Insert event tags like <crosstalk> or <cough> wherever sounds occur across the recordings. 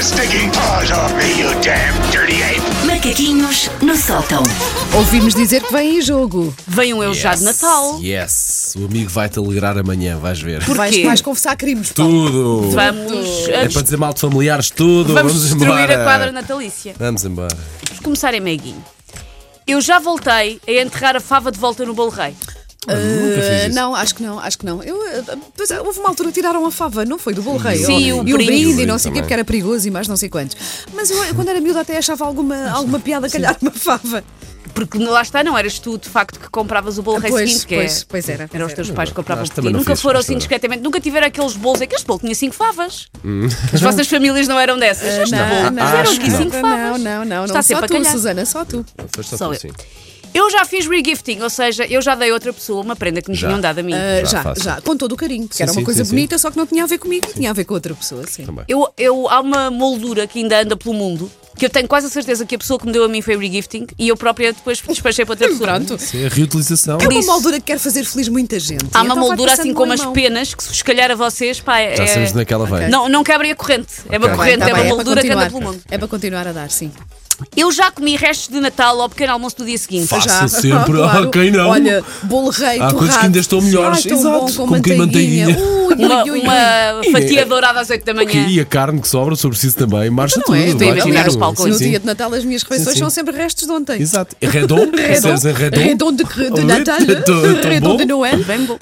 stinking paws off me, you damn dirty ape! Macaquinhos no sótão. Ouvimos dizer que vem em jogo. Venham eu já É de um Natal. Yes, o amigo vai-te alegrar amanhã, vais ver. Porquê? Vais, vais confessar crimes. Paulo. Tudo! Vamos, É para dizer mal de familiares, tudo! vamos Vamos, destruir embora! a quadra natalícia. Vamos embora. Vamos começar em Meguinho. Eu já voltei a enterrar a fava de volta no bolo rei. Nunca Ah, fiz Eh, isso. não, acho que não, acho que não. Eu, eh, pois, eh, houve uma altura que tiraram a fava, não foi? Do bolo rei. Sim, Ou- o e o brinde. brinde, E e o não sei o quê, brinde também. porque era perigoso e mais não sei quantos. Mas eu, eu, quando era miúda, até achava alguma, alguma piada calhar uma fava. Porque lá está, não eras tu de facto que compravas o bolo rei Pois, seguinte, que pois, é- pois era, pois Eram os era. teus pais que compravam Nós por ti. também não Nunca fizemos, foram nós assim também. discretamente, nunca tiveram aqueles bolos. Aqueles bolos tinha cinco favas. Hum. As vossas famílias não eram dessas. Eh, Este bolo, mas eram acho que aqui não. cinco favas. não, não, não, não. Está sempre só a tu, calhar. Susana, só tu. Foste Só tu, eu. sim. Eu já fiz regifting, ou seja, eu já dei a outra pessoa uma prenda que me Já. tinham dado a mim. Eh, já, já, Já, fácil. com todo o carinho, porque Sim, era uma sim, coisa sim, bonita, só que não tinha a ver comigo, tinha a ver com outra pessoa, sim. Também. Eu, eu, há uma moldura que ainda anda pelo mundo que eu tenho quase a certeza que a pessoa que me deu a mim foi regifting e eu própria depois despachei para outra pessoa. Pronto. Sim, a reutilização. É uma Isso. moldura que quer fazer feliz muita gente. Há Então uma vai moldura passando assim de como mão em as mão. penas que se os calhar a vocês, pá, é, Já estamos naquela veia. não, não quebrem a corrente. É uma Ok. corrente, Tá é uma bem, para moldura que anda continuar. pelo mundo. É para continuar a dar, sim. Eu já comi restos de Natal ao pequeno almoço do dia seguinte. Fácil. Faço <laughs> sempre. Ah, quem não? Ah, Olha, bolo rei, Há torrado. coisas que ainda estão melhores. Ai, tão Exato, bom, com, com quem manteiguinha. Ui, ui, Uma, ui, ui. uma E- é- fatia dourada às 8 da manhã. E a carne que sobra, sobre preciso também, marcha Não é? Então tudo. vai Tem, imaginar tudo. aliás, os palcos. No Sim, sim. dia de Natal as minhas refeições sim. são sempre restos de ontem. Exato. É <laughs> Redom? É Percebes em redom? Redon de, de Olha, <laughs> Natal, é? tão- tão redon bom. de Noel. Bem <laughs> bom.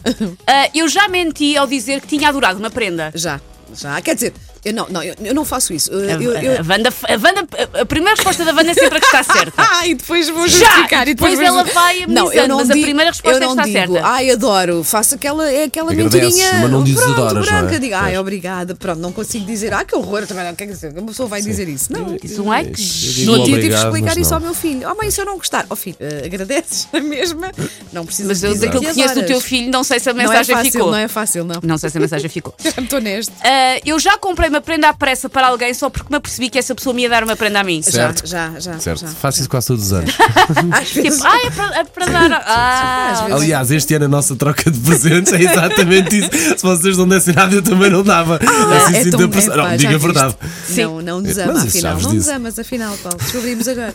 Ah, eu já menti ao dizer que tinha adorado uma prenda. Já, já. Quer dizer, eu não, não, eu, eu não faço isso. Eu, A, eu, eu- a, Wanda- a Wanda- a primeira resposta da Wanda é sempre a que está <laughs> é certa. <laughs> Ah, e depois vou justificar. e depois Depois vou ela vai amenizando, não, eu não mas a digo- primeira resposta eu é não está digo, certa. Ai, adoro. Faço aquela, é aquela Agradeces, mentirinha. mas não dizes pronto, adoras, não é? branca. Digo, ai, Pois. obrigada. Pronto, não consigo dizer. Ah, que horror. Também não quer dizer. Uma pessoa vai dizer isso. Não. Isso não é Eu que- digo No outro dia tive que obrigado, mas explicar isso não. ao meu filho. Ah, mãe, se eu não gostar. Ó filho, eh, agradeces a mesma. Não precisas Mas de eu, dizer daquilo que as conheço do horas. teu filho, não sei se a Não é mensagem fácil, ficou. não é fácil, não. Não sei se a mensagem ficou. <laughs> Muito honesto. Ah, eu já comprei uma prenda à pressa para alguém só porque me apercebi que essa pessoa me ia dar uma prenda a mim. Certo. Já, já, já. Certo, já. faço isso quase todos <laughs> os anos. Às vezes- Tipo, ah, é para, é para dar. <laughs> Às Ah, vezes- Aliás, este ano a nossa troca de presentes é exatamente isso. Se vocês não dessem nada, eu também não dava. Ah, assim, é sinto então tão a pressão. epá, Não, já diga a viste? verdade. Sim. Não, não nos ama, Mas isso afinal. sabes Não nos disso. amas, afinal, Paulo. Descobrimos <laughs> agora.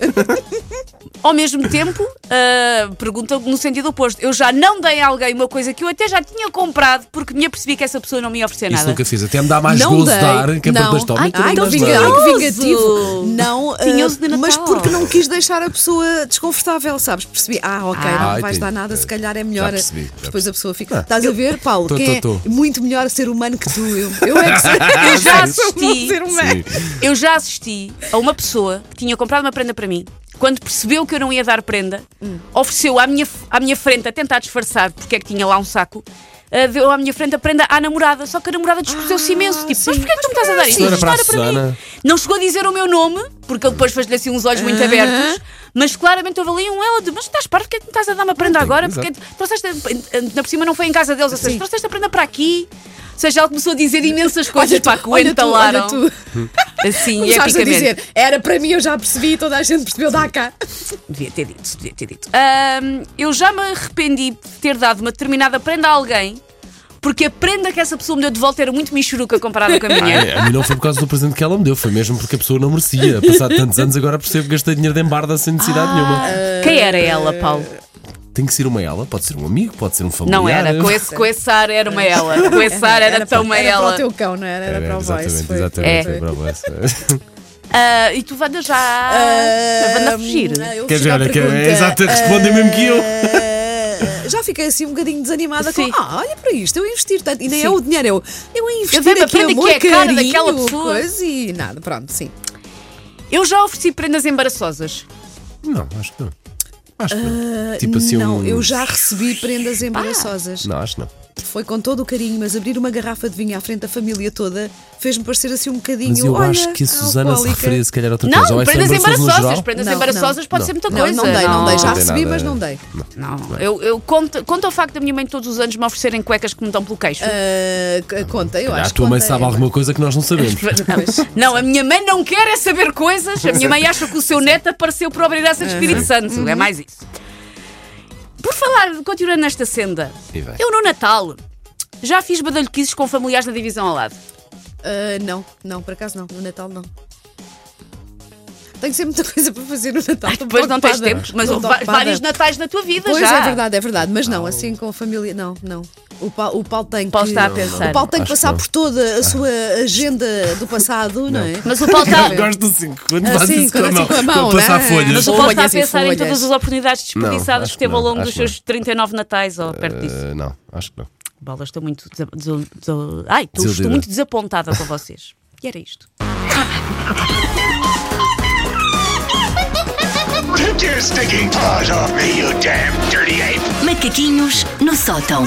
ao mesmo tempo, ah, pergunta no sentido oposto. Eu já não dei a alguém uma coisa que eu até já tinha comprado porque me apercebi que essa pessoa não me ia oferecer Isso nada. nunca fiz. Até me dá mais não gozo dei. dar que é para não. depois tomar. Ai, Então ai, que não mas vinga- dá. não. ai, que Gozo. vingativo. Não, Tinhoso de ah, mas Natal. porque não quis deixar a pessoa desconfortável, sabes? Percebi, ah, ok, Ah. não Ai, vais tem- dar nada, se calhar é melhor. Já percebi, já Depois a pessoa fica. Ah. Estás a ver, Paulo? Tô, quem tô, é tô. muito melhor ser humano que tu. Eu, eu é <laughs> que sou- Eu já sou um bom assisti. ser humano. <laughs> Eu já assisti a uma pessoa que tinha comprado uma prenda para mim, quando percebeu que eu não ia dar prenda, ofereceu à minha, à minha frente, a tentar disfarçar porque é que tinha lá um saco, ah, deu à minha frente a prenda à namorada. Só que a namorada discutiu-se Ah, imenso. Tipo, mas porquê é que tu me estás a dar isto? Não era Isto para a mim. Susana. Não chegou a dizer o meu nome, porque eu depois fez-lhe assim uns olhos muito abertos. Mas claramente houve ali um ela de, mas estás parvo, porque é que me estás a dar uma prenda agora? exato. Porque trouxeste, na por cima não foi em casa deles, ou seja, trouxeste a prenda para aqui. Ou seja, ela começou a dizer imensas coisas para que o Olha tu, olha entalaram. tu. Assim, Começaste a epicamente. dizer, era para mim, eu já percebi, toda a gente percebeu, dá cá. Devia ter dito, devia ter dito. Ahm, eu já me arrependi de ter dado uma determinada prenda a alguém, porque a prenda que essa pessoa me deu de volta era muito michuruca comparada com a minha. Ai, a mim não foi por causa do presente que ela me deu, foi mesmo porque a pessoa não merecia. Passado tantos anos, agora percebo que gastei dinheiro de embarda Ah. sem necessidade nenhuma. Quem era ela, Paulo? Tem que ser uma ela, pode ser um amigo, pode ser um familiar. Não era, com esse, com esse ar era uma ela. Com esse ar era, tão É. uma para, era para ela. o teu cão, não é? era? Era, Era, para o É, exatamente, voice. foi- É. exatamente. foi- foi para o <laughs> voice. Ah, e tu Wanda já. a Wanda a fugir. Ah, eu fico Quer dizer, à olha, que pergunta, é exato, responde ah, mesmo que eu. Já fiquei assim um bocadinho desanimada Sim. com. Ah, olha para isto, eu investir tanto. E nem Sim. é o dinheiro, eu. Eu a investir dei-me a aqui, prenda amor, que é a cara carinho, daquela pessoa. Coisa e nada, pronto, sim. Eu já ofereci prendas embaraçosas. Não, acho que não. Acho que não. Tipo assim, Ah, não, um... eu já recebi Ah. prendas embaraçosas. Não, acho que não. Foi com todo o carinho, mas abrir uma garrafa de vinho à frente da família toda fez-me parecer assim um bocadinho. Mas eu olha, acho que a Susana se alcoólica. referia se calhar a outra Não, coisa. Ou é esta prendas embaraçosa no embaraçosas. um geral? Prendas Não, embaraçosas não. pode ser muita Não, coisa. não dei, não dei. Já Não tem recebi, nada. mas não dei. Não, eu, eu conto, conto ao facto da minha mãe todos os anos me oferecerem cuecas que me dão pelo queixo. Ah, c- conta, eu Ah, a acho que. tua mãe conta, sabe é. alguma coisa que nós não sabemos. <laughs> <laughs> Não, a minha mãe não quer é saber coisas. A minha mãe acha que o seu neto apareceu por obediência do Espírito Santo. Uhum. É mais isso. Por falar, continuando nesta senda, E vai. eu no Natal já fiz badalhoquices com familiares da divisão ao lado. Eh, Ah, não, não, por acaso não. No Natal não. Tenho sempre muita <laughs> coisa para fazer no Natal. estou Depois não tens preocupada. tempo, mas Não houve estou va- vários ocupada. natais na tua vida Pois já. é verdade, é verdade. Mas não, assim com a família. Não, não. O Paulo, o Paulo tem O Paulo que. está a pensar. O Paulo tem que Acho que passar não. Ah. por toda a sua agenda do passado, não, é? Mas o Paulo <laughs> está... Eu gosto assim, quando Ah, faz sim, isso com quando assim a mão, com a mão, para passar né? folhas. Mas o Paulo está a Folhas e pensar em folhas. todas as oportunidades Não, desperdiçadas acho que que teve ao não, longo dos acho que seus 39 natais ou perto disso. Eh, não, acho que não. Bolas, estou muito, desa- desil- desil- Ai, estou- estou Desiludida. muito desapontada com vocês. E era isto. Take your stinking paws off me, you damn dirty ape! Macaquinhos no sótão.